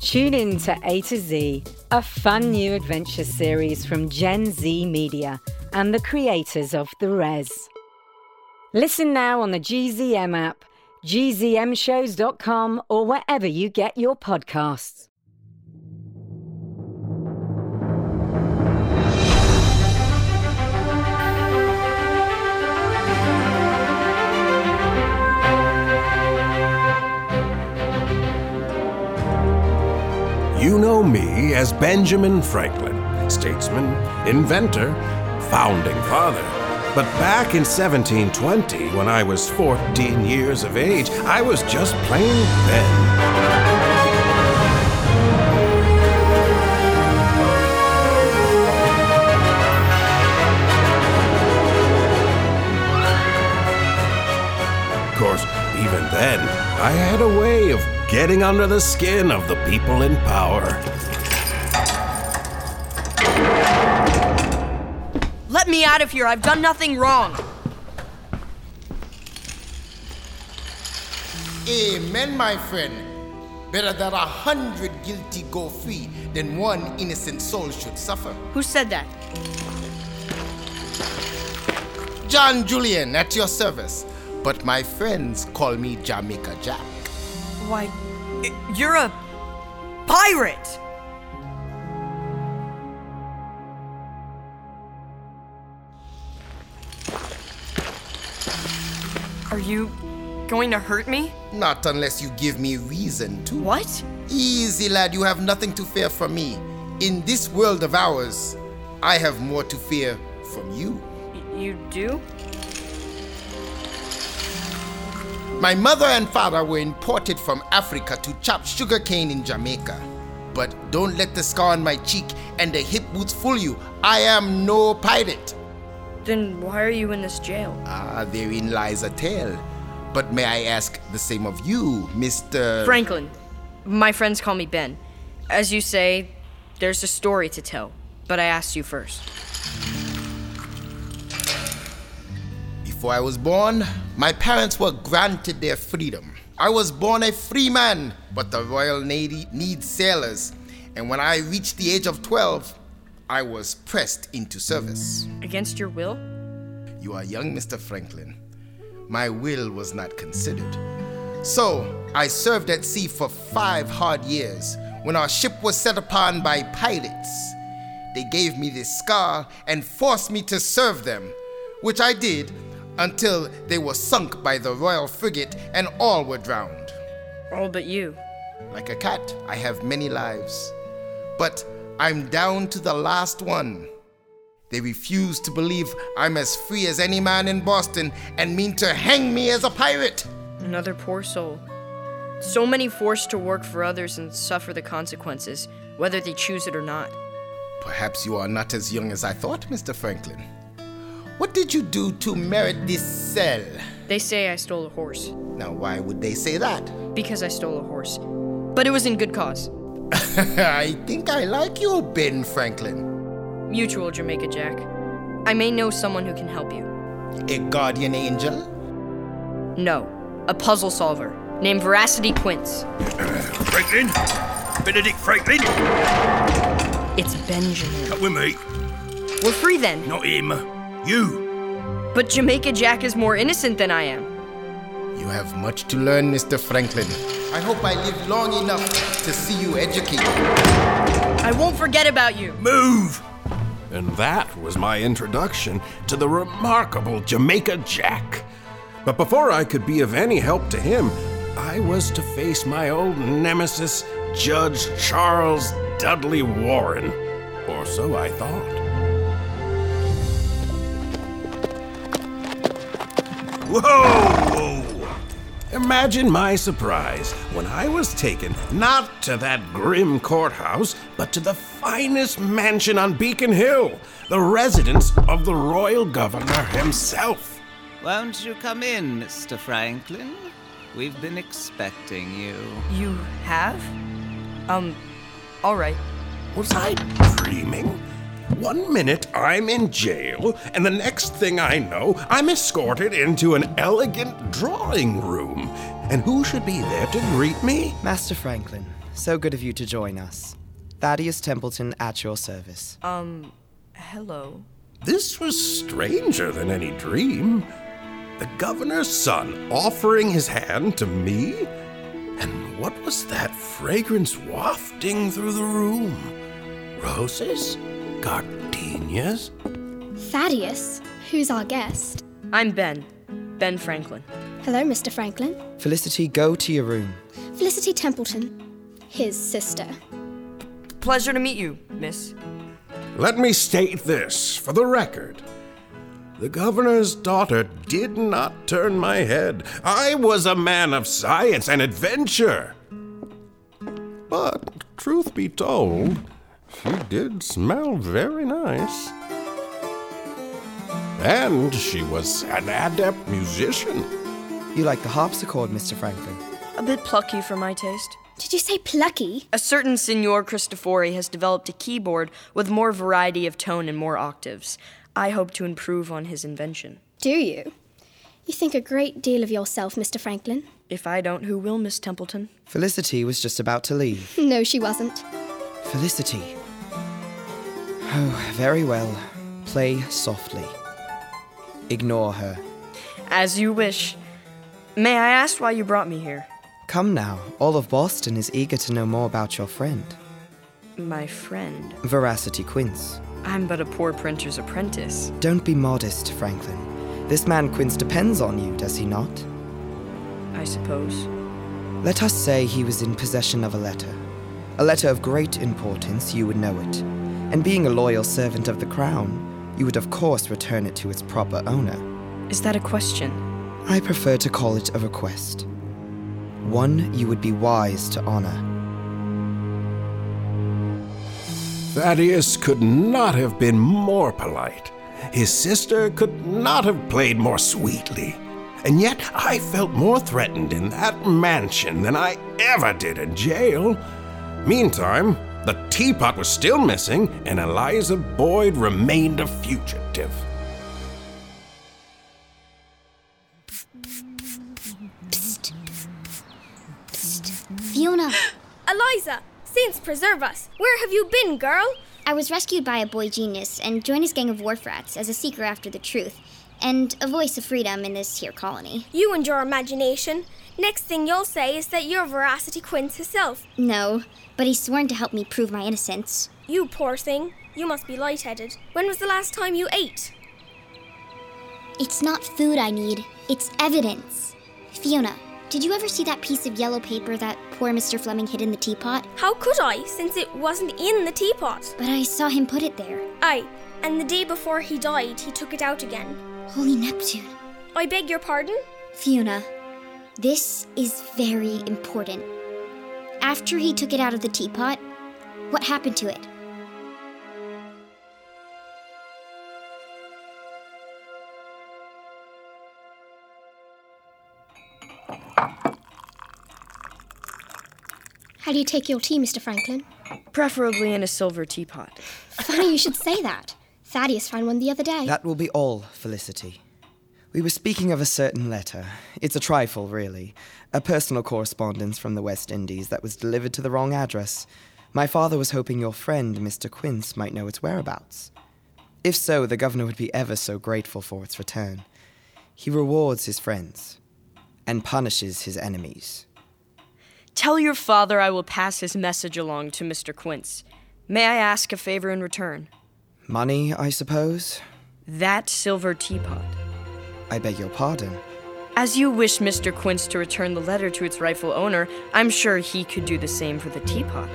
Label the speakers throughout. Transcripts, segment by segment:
Speaker 1: Tune in to A to Z, a fun new adventure series from Gen Z Media and the creators of The Res. Listen now on the GZM app, gzmshows.com, or wherever you get your podcasts.
Speaker 2: You know me as Benjamin Franklin, statesman, inventor, founding father. But back in 1720, when I was 14 years of age, I was just plain Ben. Of course, even then, I had a way of getting under the skin of the people in power.
Speaker 3: Let me out of here. I've done nothing wrong.
Speaker 4: Amen, my friend. Better that a hundred guilty go free than one innocent soul should suffer.
Speaker 3: Who said that?
Speaker 4: John Julian at your service. But my friends call me Jamaica Jack.
Speaker 3: Why, y- you're a pirate. Are you going to hurt me?
Speaker 4: Not unless you give me reason to.
Speaker 3: What?
Speaker 4: Easy, lad, you have nothing to fear from me. In this world of ours, I have more to fear from you.
Speaker 3: you do?
Speaker 4: My mother and father were imported from Africa to chop sugarcane in Jamaica. But don't let the scar on my cheek and the hip boots fool you. I am no pirate.
Speaker 3: Then why are you in this jail?
Speaker 4: Ah, therein lies a tale. But may I ask the same of you, Mr.
Speaker 3: Franklin, my friends call me Ben. As you say, there's a story to tell, but I asked you first.
Speaker 4: Before I was born, my parents were granted their freedom. I was born a free man, but the Royal Navy needs sailors. And when I reached the age of 12, I was pressed into service.
Speaker 3: Against your will?
Speaker 4: You are young, Mr. Franklin. My will was not considered. So, I served at sea for five hard years when our ship was set upon by pirates. They gave me this scar and forced me to serve them, which I did until they were sunk by the royal frigate and all were drowned.
Speaker 3: All but you.
Speaker 4: Like a cat, I have many lives. But I'm down to the last one. They refuse to believe I'm as free as any man in Boston and mean to hang me as a pirate.
Speaker 3: Another poor soul. So many forced to work for others and suffer the consequences, whether they choose it or not.
Speaker 4: Perhaps you are not as young as I thought, Mr. Franklin. What did you do to merit this cell?
Speaker 3: They say I stole a horse,
Speaker 4: Now, why would they say that?
Speaker 3: because I stole a horse. But it was in good cause.
Speaker 4: I think I like you, Ben Franklin.
Speaker 3: Mutual, Jamaica Jack. I may know someone who can help you.
Speaker 4: A guardian angel?
Speaker 3: No, a puzzle solver named Veracity Quince.
Speaker 5: Franklin? Benedict Franklin?
Speaker 3: It's Benjamin.
Speaker 5: That with me.
Speaker 3: We're free then.
Speaker 5: Not him. You.
Speaker 3: But Jamaica Jack is more innocent than I am.
Speaker 4: You have much to learn, Mr. Franklin. I hope I live long enough to see you educated.
Speaker 3: I won't forget about you.
Speaker 5: Move.
Speaker 2: And that was my introduction to the remarkable Jamaica Jack. But before I could be of any help to him, I was to face my old nemesis, Judge Charles Dudley Warren. Or so I thought.
Speaker 5: Whoa, whoa.
Speaker 2: Imagine my surprise when I was taken not to that grim courthouse, but to the finest mansion on Beacon Hill, the residence of the royal governor himself.
Speaker 6: Won't you come in, Mr. Franklin? We've been expecting you.
Speaker 3: You have? Um, alright.
Speaker 2: Was I dreaming? One minute I'm in jail, and the next thing I know, I'm escorted into an elegant drawing room. And who should be there to greet me?
Speaker 7: Master Franklin, so good of you to join us. Thaddeus Templeton at your service.
Speaker 3: Um, Hello.
Speaker 2: This was stranger than any dream. The governor's son offering his hand to me? And what was that fragrance wafting through the room? Roses? Gardenias?
Speaker 8: Thaddeus, who's our guest?
Speaker 3: I'm Ben. Ben Franklin.
Speaker 8: Hello, Mr. Franklin.
Speaker 7: Felicity, go to your room.
Speaker 8: Felicity Templeton, his sister.
Speaker 3: Pleasure to meet you, miss.
Speaker 2: Let me state this for the record. The governor's daughter did not turn my head. I was a man of science and adventure. But, truth be told, she did smell very nice. And she was an adept musician.
Speaker 7: You like the harpsichord, Mr. Franklin.
Speaker 3: A bit plucky for my taste.
Speaker 8: Did you say plucky?
Speaker 3: A certain Signor Cristofori has developed a keyboard with more variety of tone and more octaves. I hope to improve on his invention.
Speaker 8: Do you? You think a great deal of yourself, Mr. Franklin.
Speaker 3: If I don't, who will, Miss Templeton?
Speaker 7: Felicity was just about to leave.
Speaker 8: No, she wasn't.
Speaker 7: Felicity. Oh, very well. Play softly. Ignore her.
Speaker 3: As you wish. May I ask why you brought me here?
Speaker 7: Come now, all of Boston is eager to know more about your friend,
Speaker 3: My friend.
Speaker 7: Veracity Quince.
Speaker 3: I'm but a poor printer's apprentice.
Speaker 7: Don't be modest, Franklin. This man Quince depends on you, does he not?
Speaker 3: I suppose.
Speaker 7: Let us say he was in possession of a letter. A letter of great importance, you would know it. And being a loyal servant of the crown, you would of course return it to its proper owner.
Speaker 3: Is that a question?
Speaker 7: I prefer to call it a request. One you would be wise to honor.
Speaker 2: Thaddeus could not have been more polite. His sister could not have played more sweetly. And yet I felt more threatened in that mansion than I ever did in jail. Meantime, the teapot was still missing, and Eliza Boyd remained a fugitive.
Speaker 8: Fiona,
Speaker 9: Eliza! Saints preserve us! Where have you been, girl?
Speaker 8: I was rescued by a boy genius and joined his gang of wharf rats as a seeker after the truth and a voice of freedom in this here colony.
Speaker 9: You and your imagination. Next thing you'll say is that you're Veracity Quince herself.
Speaker 8: No, but he's sworn to help me prove my innocence.
Speaker 9: You poor thing. You must be lightheaded. When was the last time you ate?
Speaker 8: It's not food I need, it's evidence. Fiona, did you ever see that piece of yellow paper that poor Mr. Fleming hid in the teapot?
Speaker 9: How could I, since it wasn't in the teapot?
Speaker 8: But I saw him put it there.
Speaker 9: Aye, and the day before he died, he took it out again.
Speaker 8: Holy Neptune.
Speaker 9: I beg your pardon?
Speaker 8: Fiona, this is very important. After he took it out of the teapot, what happened to it? How do you take your tea, Mr. Franklin?
Speaker 3: Preferably in a silver teapot.
Speaker 8: Funny you should say that. Thaddeus found one the other day.
Speaker 7: That will be all, Felicity. We were speaking of a certain letter. It's a trifle, really. A personal correspondence from the West Indies that was delivered to the wrong address. My father was hoping your friend, Mr. Quince, might know its whereabouts. If so, the governor would be ever so grateful for its return. He rewards his friends and punishes his enemies.
Speaker 3: Tell your father I will pass his message along to Mr. Quince. May I ask a favor in return?
Speaker 7: Money, I suppose?
Speaker 3: That silver teapot.
Speaker 7: I beg your pardon.
Speaker 3: As you wish Mr. Quince to return the letter to its rightful owner, I'm sure he could do the same for the teapot.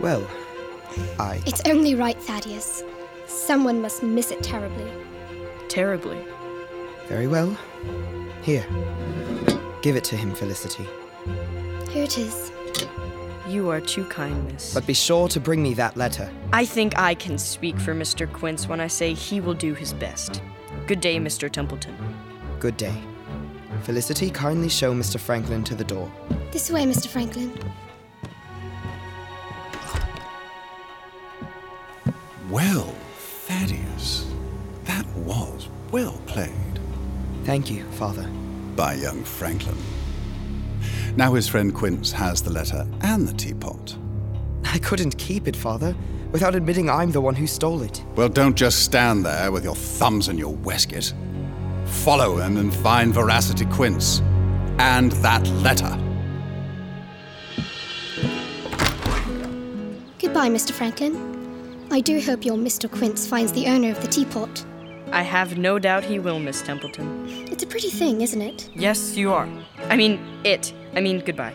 Speaker 7: Well, I.
Speaker 8: It's only right, Thaddeus. Someone must miss it terribly.
Speaker 3: Terribly.
Speaker 7: Very well. Here. Give it to him, Felicity.
Speaker 8: Here it is.
Speaker 3: You are too kind, miss.
Speaker 7: But be sure to bring me that letter.
Speaker 3: I think I can speak for Mr. Quince when I say he will do his best. Good day, Mr. Templeton.
Speaker 7: Good day. Felicity, kindly show Mr. Franklin to the door.
Speaker 8: This way, Mr. Franklin.
Speaker 5: Well, Thaddeus, that was well played.
Speaker 7: Thank you, Father.
Speaker 10: By young Franklin. Now his friend Quince has the letter and the teapot.
Speaker 7: I couldn't keep it, Father, without admitting I'm the one who stole it.
Speaker 10: Well, don't just stand there with your thumbs in your waistcoat. Follow him and find Veracity Quince and that letter.
Speaker 8: Goodbye, Mr. Franklin. I do hope your Mr. Quince finds the owner of the teapot.
Speaker 3: I have no doubt he will, Miss Templeton.
Speaker 8: It's a pretty thing, isn't it?
Speaker 3: Yes, you are. I mean, it. I mean, goodbye.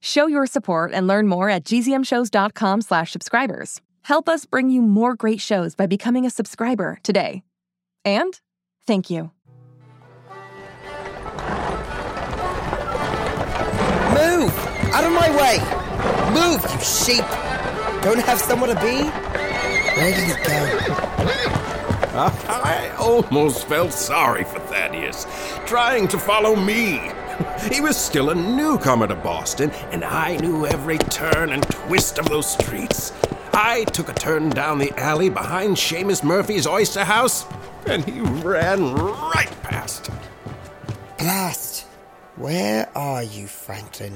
Speaker 11: Show your support and learn more at gzmshows.com slash subscribers. Help us bring you more great shows by becoming a subscriber today. And thank you.
Speaker 12: Move! Out of my way! Move, you sheep! Don't have somewhere to be? Where did it go?
Speaker 2: I almost felt sorry for Thaddeus, trying to follow me. He was still a newcomer to Boston, and I knew every turn and twist of those streets. I took a turn down the alley behind Seamus Murphy's oyster house, and he ran right past.
Speaker 12: Blast! Where are you, Franklin?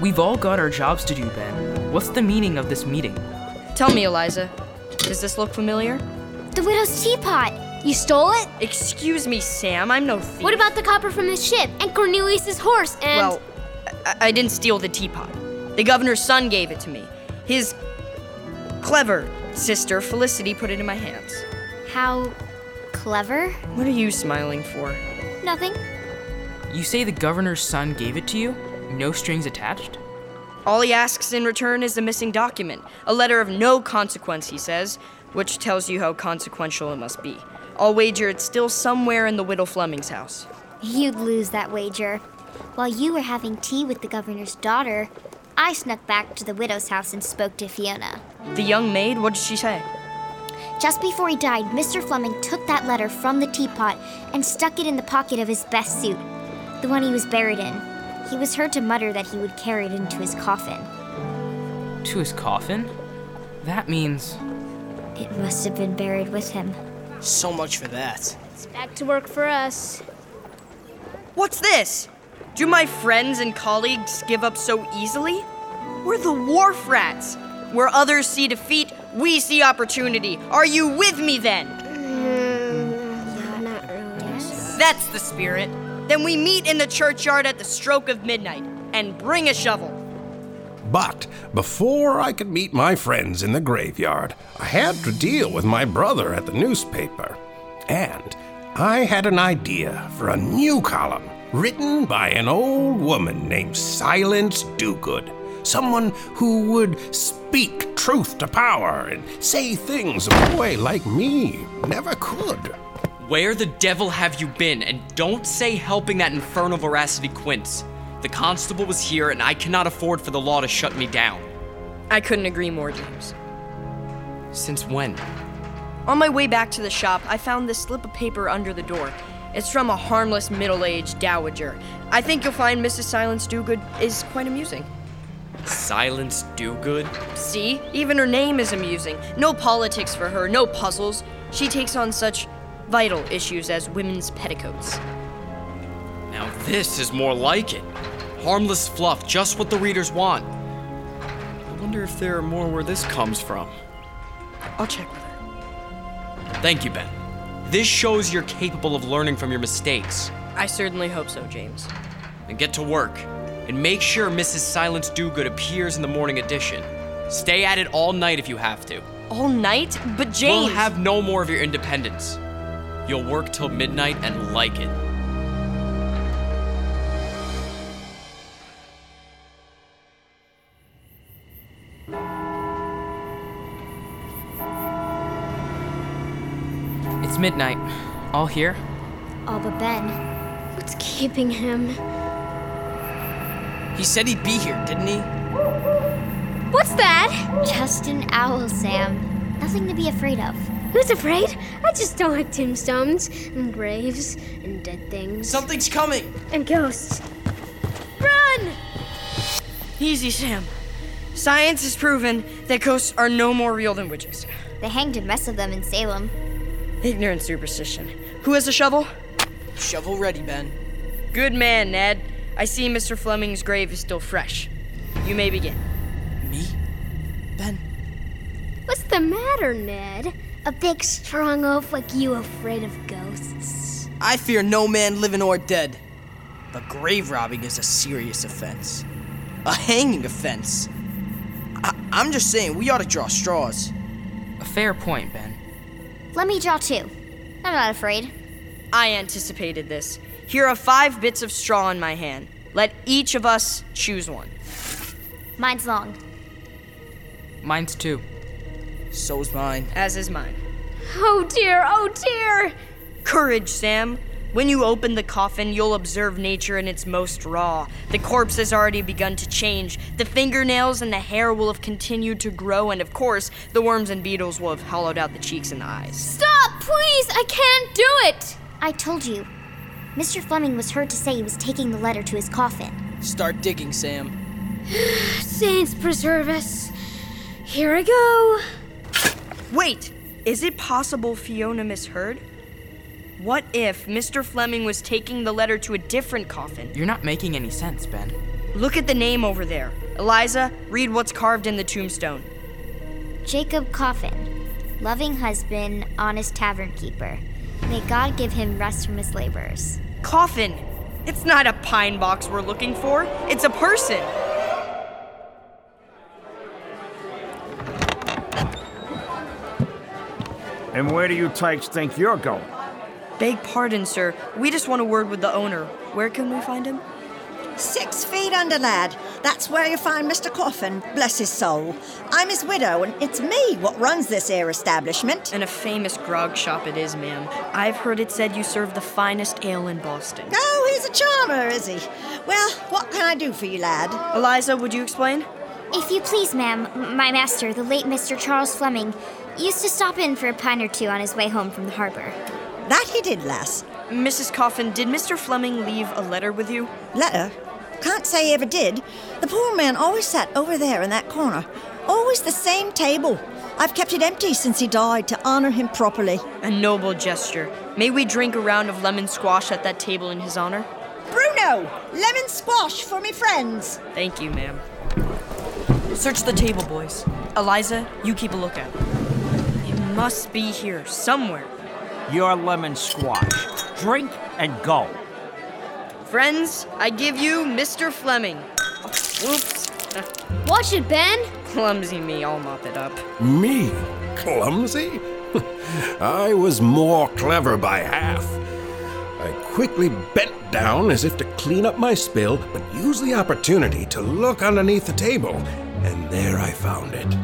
Speaker 13: We've all got our jobs to do, Ben. What's the meaning of this meeting?
Speaker 3: Tell me, Eliza, does this look familiar?
Speaker 8: The widow's teapot! You stole it?
Speaker 3: Excuse me, Sam, I'm no thief.
Speaker 8: What about the copper from the ship and Cornelius's horse and.
Speaker 3: Well, I, I didn't steal the teapot. The governor's son gave it to me. His clever sister, Felicity, put it in my hands.
Speaker 8: How clever?
Speaker 3: What are you smiling for?
Speaker 8: Nothing.
Speaker 13: You say the governor's son gave it to you? No strings attached?
Speaker 3: All he asks in return is a missing document, a letter of no consequence, he says, which tells you how consequential it must be. I'll wager it's still somewhere in the Widow Fleming's house.
Speaker 8: You'd lose that wager. While you were having tea with the governor's daughter, I snuck back to the widow's house and spoke to Fiona.
Speaker 3: The young maid, what did she say?
Speaker 8: Just before he died, Mr. Fleming took that letter from the teapot and stuck it in the pocket of his best suit, the one he was buried in. He was heard to mutter that he would carry it into his coffin.
Speaker 13: To his coffin? That means.
Speaker 8: It must have been buried with him.
Speaker 14: So much for that.
Speaker 15: It's back to work for us.
Speaker 3: What's this? Do my friends and colleagues give up so easily? We're the wharf rats. Where others see defeat, we see opportunity. Are you with me then?
Speaker 15: Mm, no, not really. Yes.
Speaker 3: That's the spirit. Then we meet in the churchyard at the stroke of midnight and bring a shovel.
Speaker 2: But before I could meet my friends in the graveyard, I had to deal with my brother at the newspaper. And I had an idea for a new column written by an old woman named Silence Dogood. Someone who would speak truth to power and say things a boy like me never could.
Speaker 14: Where the devil have you been? And don't say helping that infernal veracity quince. The constable was here, and I cannot afford for the law to shut me down.
Speaker 3: I couldn't agree more, James.
Speaker 14: Since when?
Speaker 3: On my way back to the shop, I found this slip of paper under the door. It's from a harmless middle aged dowager. I think you'll find Mrs. Silence Dogood is quite amusing.
Speaker 14: Silence Dogood?
Speaker 3: See? Even her name is amusing. No politics for her, no puzzles. She takes on such vital issues as women's petticoats.
Speaker 14: Now, this is more like it. Harmless fluff, just what the readers want. I wonder if there are more where this comes from.
Speaker 3: I'll check with her.
Speaker 14: Thank you, Ben. This shows you're capable of learning from your mistakes.
Speaker 3: I certainly hope so, James.
Speaker 14: Then get to work and make sure Mrs. Silence Dogood appears in the morning edition. Stay at it all night if you have to.
Speaker 3: All night? But James.
Speaker 14: We'll have no more of your independence. You'll work till midnight and like it.
Speaker 13: It's midnight. All here?
Speaker 8: All but Ben. What's keeping him?
Speaker 13: He said he'd be here, didn't he?
Speaker 8: What's that? Just an owl, Sam. Nothing to be afraid of.
Speaker 15: Who's afraid? I just don't like tombstones and graves and dead things.
Speaker 14: Something's coming!
Speaker 15: And ghosts. Run!
Speaker 3: Easy, Sam. Science has proven that ghosts are no more real than witches.
Speaker 8: They hanged a mess of them in Salem.
Speaker 3: Ignorant superstition. Who has a shovel?
Speaker 16: Shovel ready, Ben.
Speaker 3: Good man, Ned. I see Mr. Fleming's grave is still fresh. You may begin.
Speaker 16: Me? Ben?
Speaker 15: What's the matter, Ned? A big, strong oaf like you afraid of ghosts?
Speaker 16: I fear no man living or dead. But grave robbing is a serious offense. A hanging offense. I- I'm just saying, we ought to draw straws.
Speaker 13: A fair point, Ben.
Speaker 8: Let me draw two. I'm not afraid.
Speaker 3: I anticipated this. Here are five bits of straw in my hand. Let each of us choose one.
Speaker 8: Mine's long.
Speaker 13: Mine's two.
Speaker 16: So's mine.
Speaker 3: As is mine.
Speaker 15: Oh dear, oh dear!
Speaker 3: Courage, Sam. When you open the coffin, you'll observe nature in its most raw. The corpse has already begun to change. The fingernails and the hair will have continued to grow, and of course, the worms and beetles will have hollowed out the cheeks and the eyes.
Speaker 15: Stop, please! I can't do it!
Speaker 8: I told you. Mr. Fleming was heard to say he was taking the letter to his coffin.
Speaker 16: Start digging, Sam.
Speaker 15: Saints preserve us. Here I go.
Speaker 3: Wait! Is it possible Fiona misheard? What if Mr. Fleming was taking the letter to a different coffin?
Speaker 13: You're not making any sense, Ben.
Speaker 3: Look at the name over there. Eliza, read what's carved in the tombstone.
Speaker 8: Jacob Coffin, loving husband, honest tavern keeper. May God give him rest from his labors.
Speaker 3: Coffin! It's not a pine box we're looking for, it's a person!
Speaker 17: And where do you types think you're going?
Speaker 3: Beg pardon, sir. We just want a word with the owner. Where can we find him?
Speaker 18: Six feet under, lad. That's where you find Mr. Coffin, bless his soul. I'm his widow, and it's me what runs this here establishment.
Speaker 3: And a famous grog shop it is, ma'am. I've heard it said you serve the finest ale in Boston.
Speaker 18: Oh, he's a charmer, is he? Well, what can I do for you, lad?
Speaker 3: Eliza, would you explain?
Speaker 8: If you please, ma'am, my master, the late Mr. Charles Fleming, used to stop in for a pint or two on his way home from the harbor.
Speaker 18: That he did, lass.
Speaker 3: Mrs. Coffin, did Mr. Fleming leave a letter with you?
Speaker 18: Letter? Can't say he ever did. The poor man always sat over there in that corner. Always the same table. I've kept it empty since he died to honor him properly.
Speaker 3: A noble gesture. May we drink a round of lemon squash at that table in his honor?
Speaker 18: Bruno, lemon squash for me friends.
Speaker 3: Thank you, ma'am. Search the table, boys. Eliza, you keep a lookout. It must be here, somewhere
Speaker 17: your lemon squash. Drink and go.
Speaker 3: Friends, I give you Mr. Fleming. Whoops.
Speaker 15: Watch it, Ben.
Speaker 3: Clumsy me, I'll mop it up.
Speaker 2: Me? Clumsy? I was more clever by half. I quickly bent down as if to clean up my spill, but used the opportunity to look underneath the table, and there I found it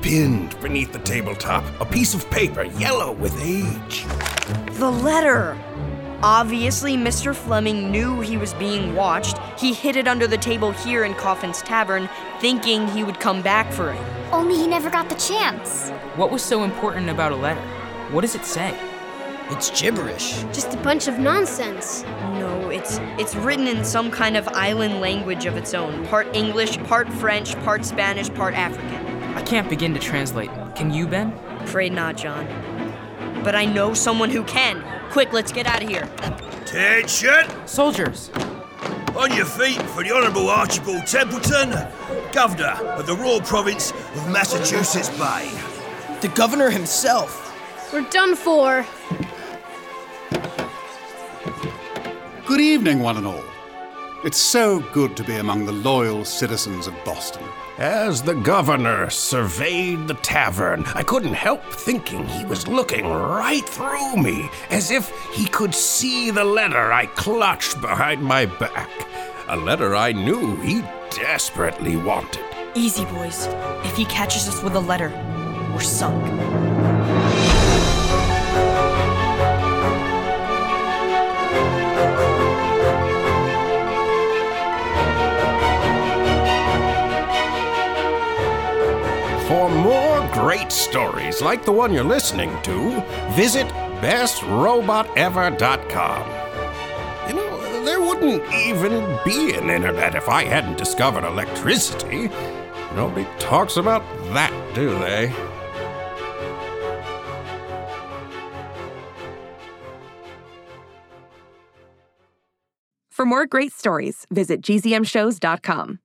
Speaker 2: pinned beneath the tabletop, a piece of paper yellow with age.
Speaker 3: The letter! Obviously, Mr. Fleming knew he was being watched. He hid it under the table here in Coffin's Tavern, thinking he would come back for it.
Speaker 8: Only he never got the chance.
Speaker 13: What was so important about a letter? What does it say?
Speaker 16: It's gibberish.
Speaker 15: Just a bunch of nonsense.
Speaker 3: No, it's it's written in some kind of island language of its own, part English, part French, part Spanish, part African.
Speaker 13: I can't begin to translate. Can you, Ben?
Speaker 3: Afraid not, John. But I know someone who can. Quick, let's get out of here.
Speaker 19: Attention!
Speaker 13: Soldiers!
Speaker 19: On your feet for the Honourable Archibald Templeton, Governor of the Royal Province of Massachusetts Bay.
Speaker 16: The Governor himself!
Speaker 15: We're done for.
Speaker 10: Good evening, one and all. It's so good to be among the loyal citizens of Boston.
Speaker 2: As the governor surveyed the tavern, I couldn't help thinking he was looking right through me, as if he could see the letter I clutched behind my back. A letter I knew he desperately wanted.
Speaker 3: Easy, boys. If he catches us with a letter, we're sunk.
Speaker 2: For more great stories like the one you're listening to, visit bestrobotever.com. You know, there wouldn't even be an internet if I hadn't discovered electricity. Nobody talks about that, do they?
Speaker 11: For more great stories, visit gzmshows.com.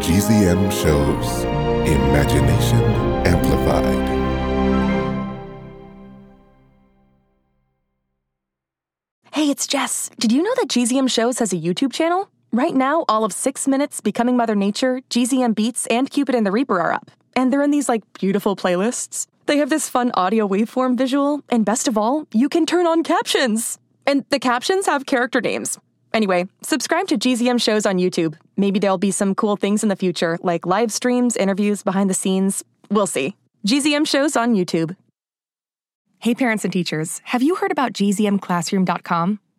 Speaker 20: GZM shows Imagination Amplified.
Speaker 11: Hey, it's Jess. Did you know that GZM Shows has a YouTube channel? Right now, all of Six Minutes, Becoming Mother Nature, GZM Beats, and Cupid and the Reaper are up. And they're in these, like, beautiful playlists. They have this fun audio waveform visual, and best of all, you can turn on captions! And the captions have character names. Anyway, subscribe to GZM Shows on YouTube. Maybe there'll be some cool things in the future, like live streams, interviews, behind the scenes. We'll see. GZM Shows on YouTube. Hey, parents and teachers, have you heard about gzmclassroom.com?